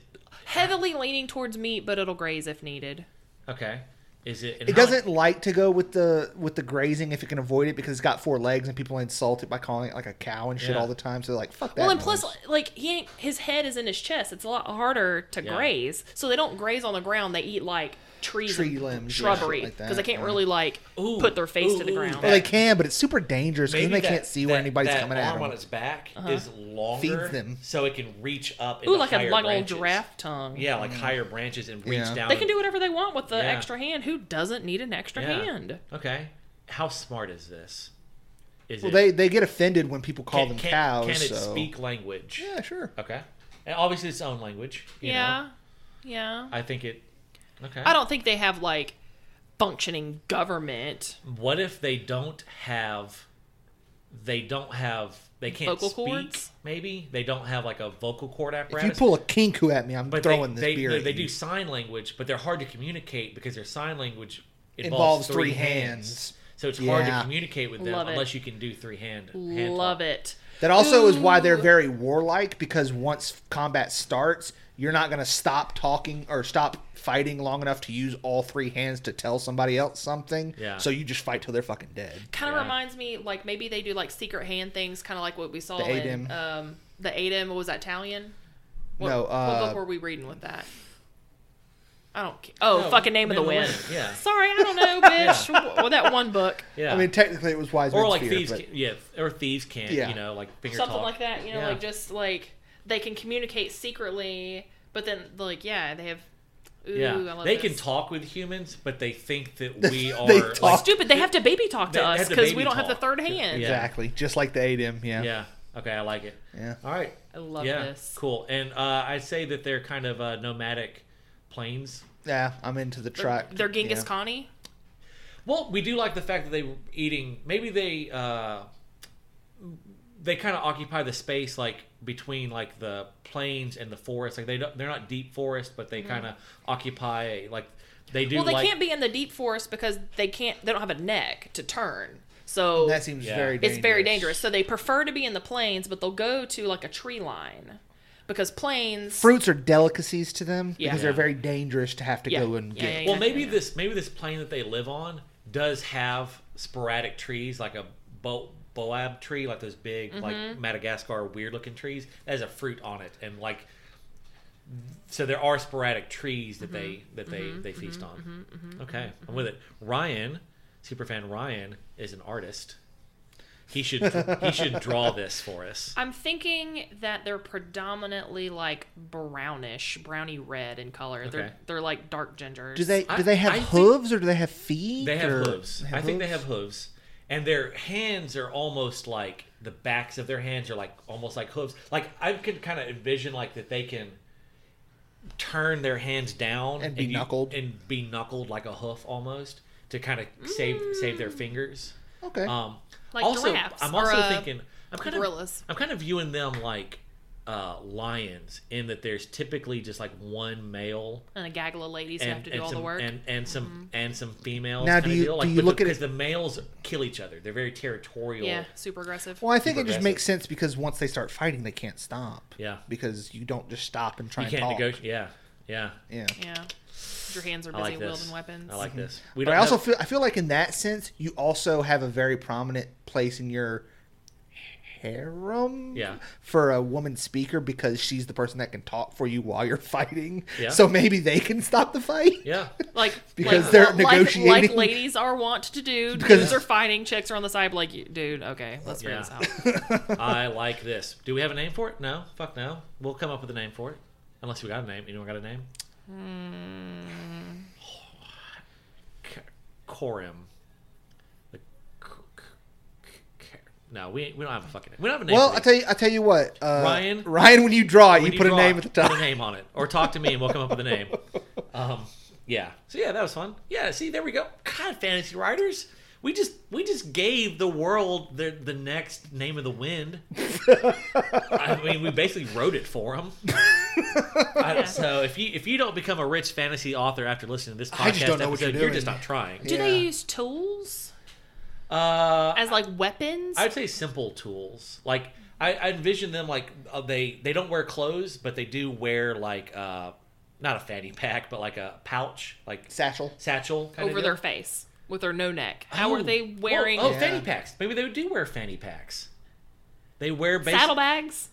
S4: Heavily leaning towards meat, but it'll graze if needed.
S2: okay. Is it? and
S3: It
S2: how-
S3: doesn't like to go with the with the grazing if it can avoid it because it's got four legs and people insult it by calling it like a cow and shit
S2: Yeah.
S3: all the time. So they're like fuck that.
S4: well, and
S3: noise.
S4: plus, like he ain't, his head is in his chest. It's a lot harder to
S2: Yeah.
S4: graze, so they don't graze on the ground. They eat like trees,
S3: Tree
S4: and
S3: limbs, yeah, shit
S4: shrubbery,
S3: like that,
S4: because they can't
S3: yeah.
S4: really like
S2: Ooh,
S4: put their face to the
S2: ooh, ooh,
S4: ground.
S2: that-
S3: Well, they can, but it's super dangerous because they
S2: that-
S3: can't see where
S2: that-
S3: anybody's
S2: that
S3: coming
S2: arm
S3: at
S2: on
S3: them.
S2: its back is longer,
S3: Feeds them.
S2: so it can reach up.
S4: Uh-huh. Ooh,
S2: into
S4: like a
S2: higher
S4: like old
S2: branches.
S4: giraffe tongue.
S2: Yeah, like higher branches and reach
S3: Mm. Yeah.
S2: down.
S4: They can do whatever they want with the
S2: Yeah.
S4: extra hand. Who doesn't need an extra
S2: Yeah.
S4: hand?
S2: Okay, how smart is this? Is
S3: Well,
S2: it,
S3: they they get offended when people call them
S2: can,
S3: cows.
S2: Can it
S3: so.
S2: speak language?
S3: Yeah, sure.
S2: Okay, and obviously its own language. You
S4: yeah.
S2: know?
S4: Yeah.
S2: I think it. Okay.
S4: I don't think they have like functioning government.
S2: What if they don't have? They don't have. They can't
S4: Vocal
S2: speak.
S4: cords?
S2: Maybe they don't have like a vocal cord
S3: If
S2: apparatus.
S3: you pull a kinku at me, I'm
S2: but
S3: throwing
S2: they,
S3: this
S2: they,
S3: beer.
S2: They,
S3: at
S2: they
S3: you.
S2: do sign language, but they're hard to communicate because their sign language
S3: Involves three hands.
S2: So it's hard to
S3: Yeah.
S2: communicate with them
S4: Love it.
S2: unless you can do three hand. hand
S4: Love
S2: talk.
S4: it.
S3: That also is why they're
S4: Ooh.
S3: very warlike because once combat starts, you're not going to stop talking or stop fighting long enough to use all three hands to tell somebody else something.
S2: Yeah.
S3: So you just fight till they're fucking dead.
S4: Kind of
S2: Yeah.
S4: reminds me like maybe they do like secret hand things, kind of like what we saw
S3: The
S4: in
S3: Adim.
S4: um, the Adim. What was that Italian? What,
S3: No,
S4: what
S3: uh,
S4: book were we reading with that? I don't. ca- Oh,
S2: No,
S4: fucking name of the wind.
S2: Yeah.
S4: Sorry, I don't know, bitch. Well, that one book,
S2: Yeah.
S3: I mean, technically it was wise
S2: or
S3: men's
S2: like
S3: fear,
S2: thieves,
S3: but
S2: can, yeah, or thieves can't.
S3: Yeah.
S2: You know, like finger
S4: something
S2: talk.
S4: like that. You know,
S2: Yeah.
S4: like just like they can communicate secretly, but then like yeah, they have. Ooh,
S2: Yeah,
S4: I love
S2: they can
S4: this.
S2: talk with humans, but they think that we are.
S3: talk.
S2: Like,
S4: Stupid. They have to baby talk to
S2: They have
S4: us
S2: to
S4: because
S2: baby
S4: we don't have the
S2: talk.
S4: third hand.
S2: Yeah.
S3: exactly just like the ADM. Yeah.
S2: yeah. Okay, I like it.
S3: Yeah.
S2: All right.
S4: I love
S2: yeah.
S4: this.
S2: Cool. And uh, I'd say that they're kind of uh, nomadic planes
S3: Yeah, I'm into the track.
S4: They're Genghis
S3: yeah.
S4: Khani.
S2: Well, we do like the fact that they were eating. Maybe they uh, they kind of occupy the space like between like the plains and the forest. Like they don't, they're not deep forest, but they kind of occupy like they do.
S4: Mm-hmm. Well, they
S2: like,
S4: can't be in the deep forest because they can't. They don't have a neck to turn. So
S3: That seems
S2: Yeah.
S3: very
S2: It's
S3: dangerous.
S4: it's very dangerous. So they prefer to be in the plains, but they'll go to like a tree line because plains.
S3: Fruits are delicacies to them
S4: Yeah.
S3: because
S2: Yeah.
S3: they're very dangerous to have to
S4: Yeah.
S3: go and
S4: Yeah,
S3: get.
S4: yeah, yeah.
S2: Well, maybe this maybe this plane that they live on does have sporadic trees, like a bo- boab tree, like those big like Madagascar weird looking trees. That has a fruit on it, and like so there are sporadic trees that they that they they feast on. Okay, I'm with it. Ryan, superfan Ryan, is an artist. He should he should draw this for us.
S4: I'm thinking that they're predominantly like brownish, browny red in color. They're
S2: Okay.
S4: they're like dark gingers.
S3: Do they
S2: I-
S3: do they have
S2: I think-
S3: hooves or do they have feet?
S2: They have
S3: or-
S2: hooves.
S3: they
S2: I think they
S3: hooves?
S2: have hooves, and their hands are almost like the backs of their hands are like almost like hooves. Like I could kind of envision like that they can turn their hands down
S3: And be
S2: you-
S3: knuckled.
S2: and be knuckled like a hoof almost to kind of save save their fingers.
S3: Okay.
S2: Um,
S4: Mm. Like
S2: also,
S4: giraffes
S2: I'm
S4: or,
S2: also
S4: uh,
S2: thinking I'm kind
S4: gorillas.
S2: of I'm kind of viewing them like uh, lions in that there's typically just like one male
S4: and a gaggle of ladies who
S2: and,
S4: have to
S2: and
S4: do all
S2: some,
S4: the work. Mm-hmm.
S2: and and some and some females.
S3: Now,
S2: kinda
S3: do you-
S2: deal.
S3: do
S2: Like,
S3: you
S2: but
S3: look
S2: the,
S3: at
S2: because
S3: it-
S2: the males kill each other? They're very territorial.
S4: yeah, super aggressive.
S3: well, I think it just
S2: progressive.
S3: makes sense because once they start fighting, they can't stop.
S2: Yeah.
S3: Because you don't just stop and try
S2: you
S3: and
S2: can't
S3: talk.
S2: negotiate. Yeah, yeah.
S3: Yeah.
S4: yeah, your hands are
S2: I
S4: busy
S2: like this.
S4: wielding weapons.
S2: I like this. We
S3: But I also
S2: have-
S3: feel I feel like in that sense, you also have a very prominent place in your harem
S2: Yeah.
S3: for a woman speaker because she's the person that can talk for you while you're fighting.
S2: Yeah.
S3: So maybe they can stop the fight.
S2: yeah.
S4: like
S3: Because
S4: like,
S3: they're
S4: like- like,
S3: negotiating.
S4: ladies are wont to do.
S3: Because-
S4: Dudes are fighting. Chicks are on the side. Like, you- dude, okay, let's figure
S2: Yeah.
S4: this out.
S2: I like this. Do we have a name for it? No. Fuck no. We'll come up with a name for it. Unless we got a name. Anyone got a name?
S4: Hmm.
S2: K- Corim. The c- c- c- c- No, we, we don't have a fucking name. We don't have a name.
S3: Well,
S2: for
S3: I
S2: these.
S3: tell you, I tell you what, uh,
S2: Ryan?
S3: Ryan, when you draw, it,
S2: When
S3: you put
S2: draw
S3: a
S2: it,
S3: name at the top.
S2: Put a name on it, or talk to me, and we'll come up with a name. Um, yeah. So yeah, that was fun. Yeah. See, there we go. God, fantasy writers. We just we just gave the world the the next name of the wind. I mean, we basically wrote it for them. so if you if you don't become a rich fantasy author after listening to this podcast
S3: I just don't know what
S2: episode,
S3: you're
S2: you're just
S3: doing.
S2: not trying.
S4: Do they
S3: Yeah.
S4: use tools
S2: Uh,
S4: as like weapons?
S2: I'd say simple tools. Like I, I envision them like uh, they they don't wear clothes, but they do wear like uh, not a fanny pack, but like a pouch, like
S3: Satchel.
S2: satchel kind
S4: over
S2: of
S4: their face with their no neck. How are they wearing
S2: Oh,
S3: Yeah.
S2: fanny packs. Maybe they do wear fanny packs. They wear basi-
S4: saddlebags?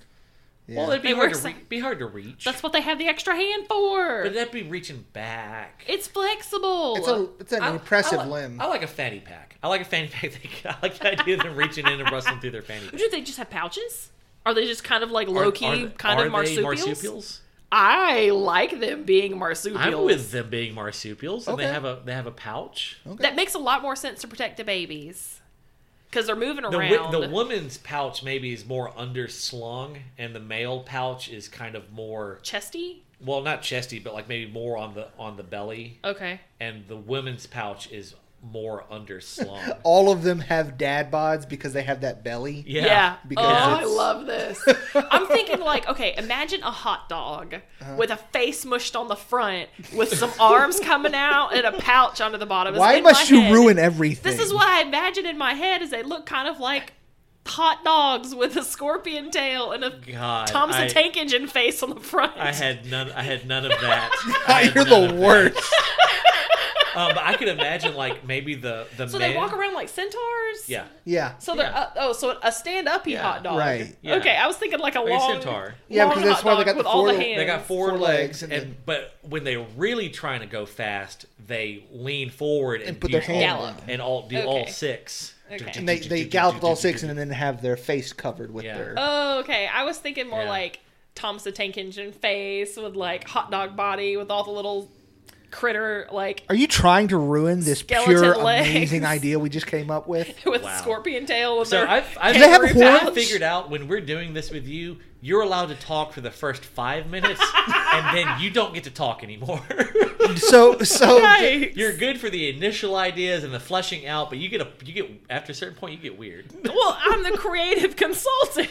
S2: Well,
S3: Yeah.
S2: it'd be
S4: They
S2: hard
S4: wear
S2: to
S4: sa-
S2: re- be hard to reach.
S4: That's what they have the extra hand for.
S2: but that'd be reaching back.
S4: it's flexible.
S3: It's a it's an
S2: I-
S3: impressive
S2: I like-
S3: limb.
S2: I like a fanny pack. I like a fanny pack. I like the idea of them reaching in and rustling through their fanny. pack.
S4: Do they just have pouches? Are they just kind of like
S2: Are-
S4: low key,
S2: are they-
S4: kind
S2: are
S4: of
S2: they
S4: marsupials?
S2: marsupials?
S4: I like them being marsupials.
S2: I'm with them being marsupials, and they
S3: Okay.
S2: have a they have a pouch.
S3: Okay.
S4: That makes a lot more sense to protect the babies because they're moving
S2: The,
S4: around.
S2: wi- the woman's pouch maybe is more underslung, and the male pouch is kind of more
S4: chesty.
S2: well, not chesty, but like maybe more on the on the belly,
S4: Okay.
S2: and the women's pouch is more underslung.
S3: All of them have dad bods because they have that belly.
S2: yeah,
S3: because
S4: oh, I
S2: it's-
S4: love this. I'm thinking like, okay, imagine a hot dog
S3: Uh-huh.
S4: with a face mushed on the front, with some arms coming out and a pouch under the bottom. It's
S3: Why
S4: in my
S3: must you
S4: head.
S3: ruin everything?
S4: This is what I imagine in my head is they look kind of like hot dogs with a scorpion tail and a
S2: God,
S4: Thompson
S2: I-
S4: tank engine face on the front.
S2: I had none. I had none of that. I had
S3: You're
S2: none of
S3: the
S2: that.
S3: worst.
S2: Um, but I could imagine like maybe the the
S4: so
S2: men.
S4: they walk around like centaurs.
S2: Yeah,
S3: Yeah.
S4: So they're
S2: Yeah.
S4: uh, oh, so a stand-up y
S2: Yeah.
S4: hot dog.
S3: Right.
S2: Yeah.
S4: Okay, I was thinking like a
S2: Like a
S4: long
S2: centaur.
S3: Yeah,
S4: long
S3: because that's
S4: hot
S3: why they
S4: dog
S3: got the
S4: with all
S3: four-
S4: the hands.
S3: they
S2: They got four,
S3: Four legs
S2: legs,
S3: and
S2: and,
S3: then-
S2: but when they're really trying to go fast, they lean forward and,
S3: And put
S2: do
S3: their hand
S2: all,
S4: Gallop.
S2: and all do all
S4: Okay.
S2: six.
S4: Okay.
S3: And they they galloped all six and then have their face covered with
S2: Yeah.
S3: their.
S4: Oh, okay. I was thinking more
S2: Yeah.
S4: like Thomas the Tank Engine face with like hot dog body with all the little critter like
S3: Are you trying to ruin this
S4: Skeleton
S3: pure
S4: legs.
S3: amazing idea we just came up with?
S4: with
S2: Wow.
S4: scorpion tail. With
S2: So
S4: their
S2: I've, I've,
S3: Do they have a
S4: kangaroo
S3: horn?
S2: I've
S4: pouch.
S2: figured out when we're doing this with you, you're allowed to talk for the first five minutes, and then you don't get to talk anymore.
S3: So so
S4: Yikes.
S2: you're good for the initial ideas and the fleshing out, but you get a you get after a certain point you get weird.
S4: well, I'm the creative consultant.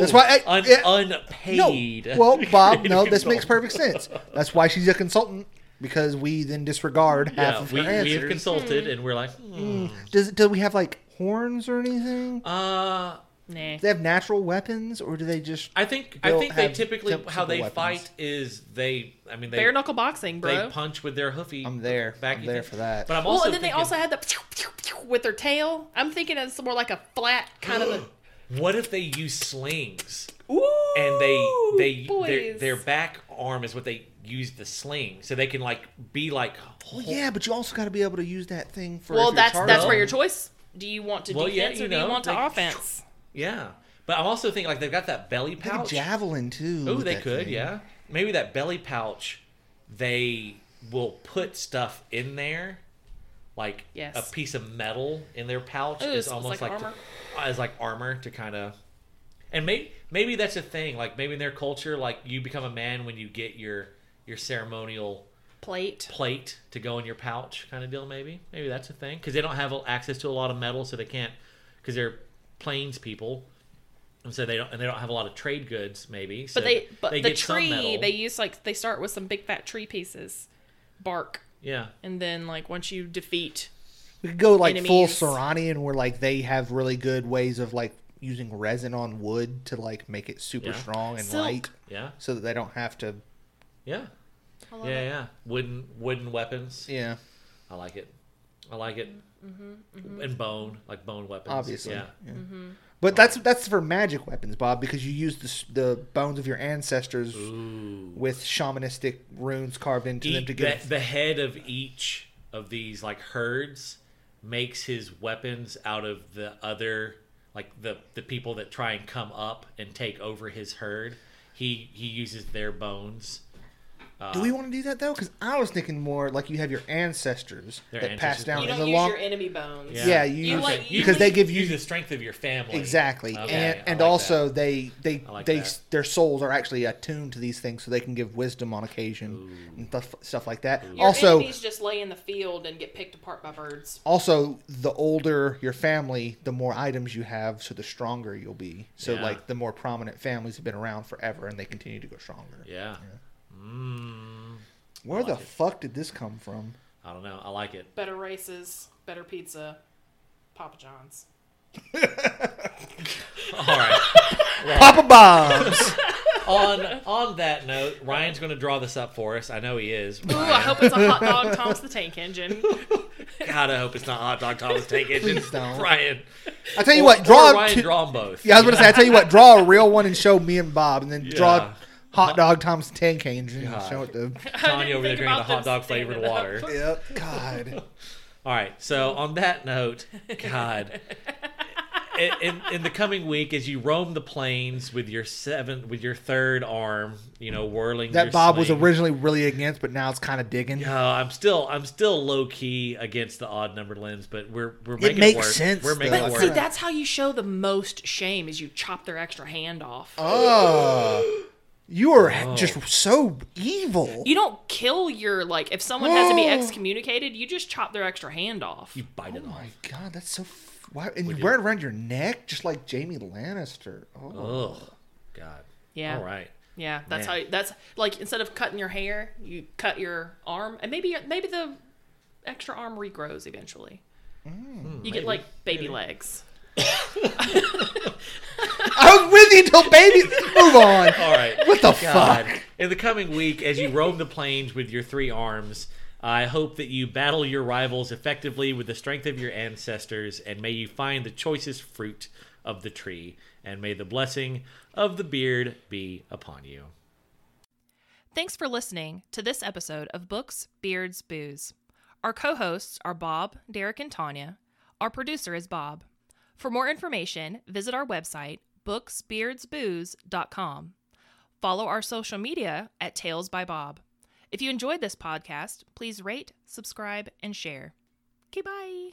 S3: that's why I,
S2: Un,
S3: uh, yeah,
S2: unpaid.
S3: No, well, Bob, no,
S2: creative
S3: this makes
S2: consultant.
S3: perfect sense. That's why she's a consultant because we then disregard half
S2: Yeah,
S3: of
S2: we,
S3: her answers.
S2: we have consulted, and we're like, hmm.
S3: Does do we have like horns or anything?
S2: uh.
S4: nah.
S3: do they have natural weapons or do they just?
S2: I think I
S3: They'll
S2: think they
S3: have
S2: typically
S3: sim-
S2: how
S3: simple
S2: they
S3: weapons.
S2: fight is they I mean they
S4: Bare knuckle boxing,
S2: they
S4: bro.
S2: punch with their hoofy.
S3: I'm there.
S2: Back
S3: I'm
S2: you
S3: there
S2: think-
S3: for that.
S2: But I'm
S4: Well,
S2: also
S4: and then they
S2: thinking,
S4: also had the pew, pew, pew with their tail. I'm thinking it's more like a flat kind of a.
S2: what if they use slings
S4: Ooh,
S2: and they they their,
S4: boys.
S2: their back arm is what they use the sling so they can like be like
S3: Oh, Well, yeah, but you also got to be able to use that thing for. if
S4: well,
S3: you're
S4: that's that's
S3: charging.
S4: where your choice Do you want to
S2: Well, yeah,
S4: defense
S2: you
S4: or do
S2: know,
S4: you want to
S2: they-
S4: offense?
S2: Yeah, but I'm also thinking like they've got that belly
S3: They could
S2: pouch.
S3: javelin too.
S2: Oh,
S3: with
S2: they
S3: that
S2: could,
S3: thing.
S2: yeah. Maybe that belly pouch, they will put stuff in there, like
S4: Yes.
S2: a piece of metal in their pouch
S4: Ooh,
S2: is
S4: so it's
S2: almost
S4: like
S2: like, To, as like armor to kind of. And maybe maybe that's a thing. Like maybe in their culture, like you become a man when you get your your ceremonial
S4: Plate.
S2: plate to go in your pouch kind of deal maybe maybe that's a thing because they don't have access to a lot of metal so they can't because they're plains people and so they don't and they don't have a lot of trade goods maybe so
S4: But they but the
S2: get some
S4: tree
S2: metal.
S4: they use like they start with some big fat tree pieces, bark,
S2: yeah
S4: and then like once you defeat
S3: We could go like full
S4: Enemies.
S3: Serranian, where like they have really good ways of like using resin on wood to like make it super
S2: Yeah.
S3: strong and
S4: Silk.
S3: light,
S2: yeah
S3: so that they don't have to.
S2: yeah
S4: I
S2: yeah yeah wooden wooden weapons
S3: Yeah,
S2: i like it i like it
S4: Mm-hmm,
S2: and bone like bone weapons
S3: Obviously.
S2: yeah
S3: but that's that's for magic weapons, Bob, because you use the s- the bones of your ancestors
S2: ooh
S3: with shamanistic runes carved into them
S2: Each-
S3: to
S2: E- the,
S3: give.
S2: the head of each of these like herds makes his weapons out of the other like the the people that try and come up and take over his herd he he uses their bones
S3: do we want to do that though? Because I was thinking more like you have your ancestors
S2: Their
S3: that pass
S2: ancestors.
S3: down
S2: You
S3: in the long.
S4: enemy bones.
S3: yeah, you,
S4: You
S3: use
S4: like-
S3: it
S4: you
S3: because they
S4: use-
S3: give you
S2: use the strength of your family
S3: Exactly,
S2: Okay,
S3: and
S2: I
S3: and
S2: like
S3: also they they
S2: I like
S3: they
S2: that.
S3: their souls are actually attuned to these things, so they can give wisdom on occasion and stuff stuff like that. Also,
S4: just lay in the field and get picked apart by birds.
S3: also the older your family, the more items you have, so the stronger you'll be. So
S2: Yeah.
S3: like the more prominent families have been around forever, and they continue to go stronger.
S2: that. yeah mm,
S3: Where the
S2: like it.
S3: fuck did this come from?
S2: i don't know i like it
S4: Better races, better pizza, Papa John's.
S2: all right
S3: Papa bombs.
S2: on on that note ryan's going to draw this up for us i know he is
S4: Ooh, I hope it's a hot dog Thomas the Tank Engine.
S2: god i hope it's not hot dog thomas take it
S3: Please don't.
S2: ryan
S3: I tell you
S2: Or-
S3: what,
S2: or
S3: draw.
S2: ryan
S3: two-
S2: draw 'em both
S3: yeah, I was gonna say. I tell you what, draw a real one and show me and Bob, and then
S2: Yeah.
S3: draw hot dog Thomas Tank and
S2: God.
S3: show it to.
S2: Tanya over there drinking
S4: think
S2: the
S4: about
S2: hot
S4: them
S2: dog flavored
S4: standing up.
S2: water.
S3: Yep. God.
S2: All right. So on that note, God, in, in, in the coming week, as you roam the plains with your seventh, with your third arm, you know, whirling
S3: that
S2: your
S3: Bob was
S2: sling.
S3: originally really against, but now it's kind of digging.
S2: Uh, I'm still, I'm still low key against the odd numbered lens, but we're we're making it,
S3: makes
S2: work.
S3: sense,
S2: We're making
S3: though.
S2: it
S4: But
S2: work.
S4: see, that's how you show the most shame is you chop their extra hand off.
S3: Oh, you are
S2: Oh.
S3: just so evil.
S4: You don't kill your like if someone has to be
S3: Oh.
S4: excommunicated, you just chop their extra hand off.
S2: you bite it
S3: oh
S2: off.
S3: my god, that's so. F- why? And you wear it around your neck, just like Jamie Lannister. Oh,
S2: Ugh, God.
S4: Yeah.
S2: All right.
S4: Yeah, that's
S2: Man.
S4: how that's like instead of cutting your hair, you cut your arm, and maybe maybe the extra arm regrows eventually. you get like baby legs.
S3: I was with you till baby. Move on.
S2: All right.
S3: What the
S2: Oh God.
S3: Oh, fuck?
S2: In the coming week, as you roam the plains with your three arms, I hope that you battle your rivals effectively with the strength of your ancestors, and may you find the choicest fruit of the tree, and may the blessing of the beard be upon you.
S4: Thanks for listening to this episode of Books, Beards, Booze. Our co hosts are Bob, Derek, and Tanya. Our producer is Bob. For more information, visit our website, booksbeardsbooze.com. Follow our social media at Tales by Bob. If you enjoyed this podcast, please rate, subscribe, and share. Okay, bye.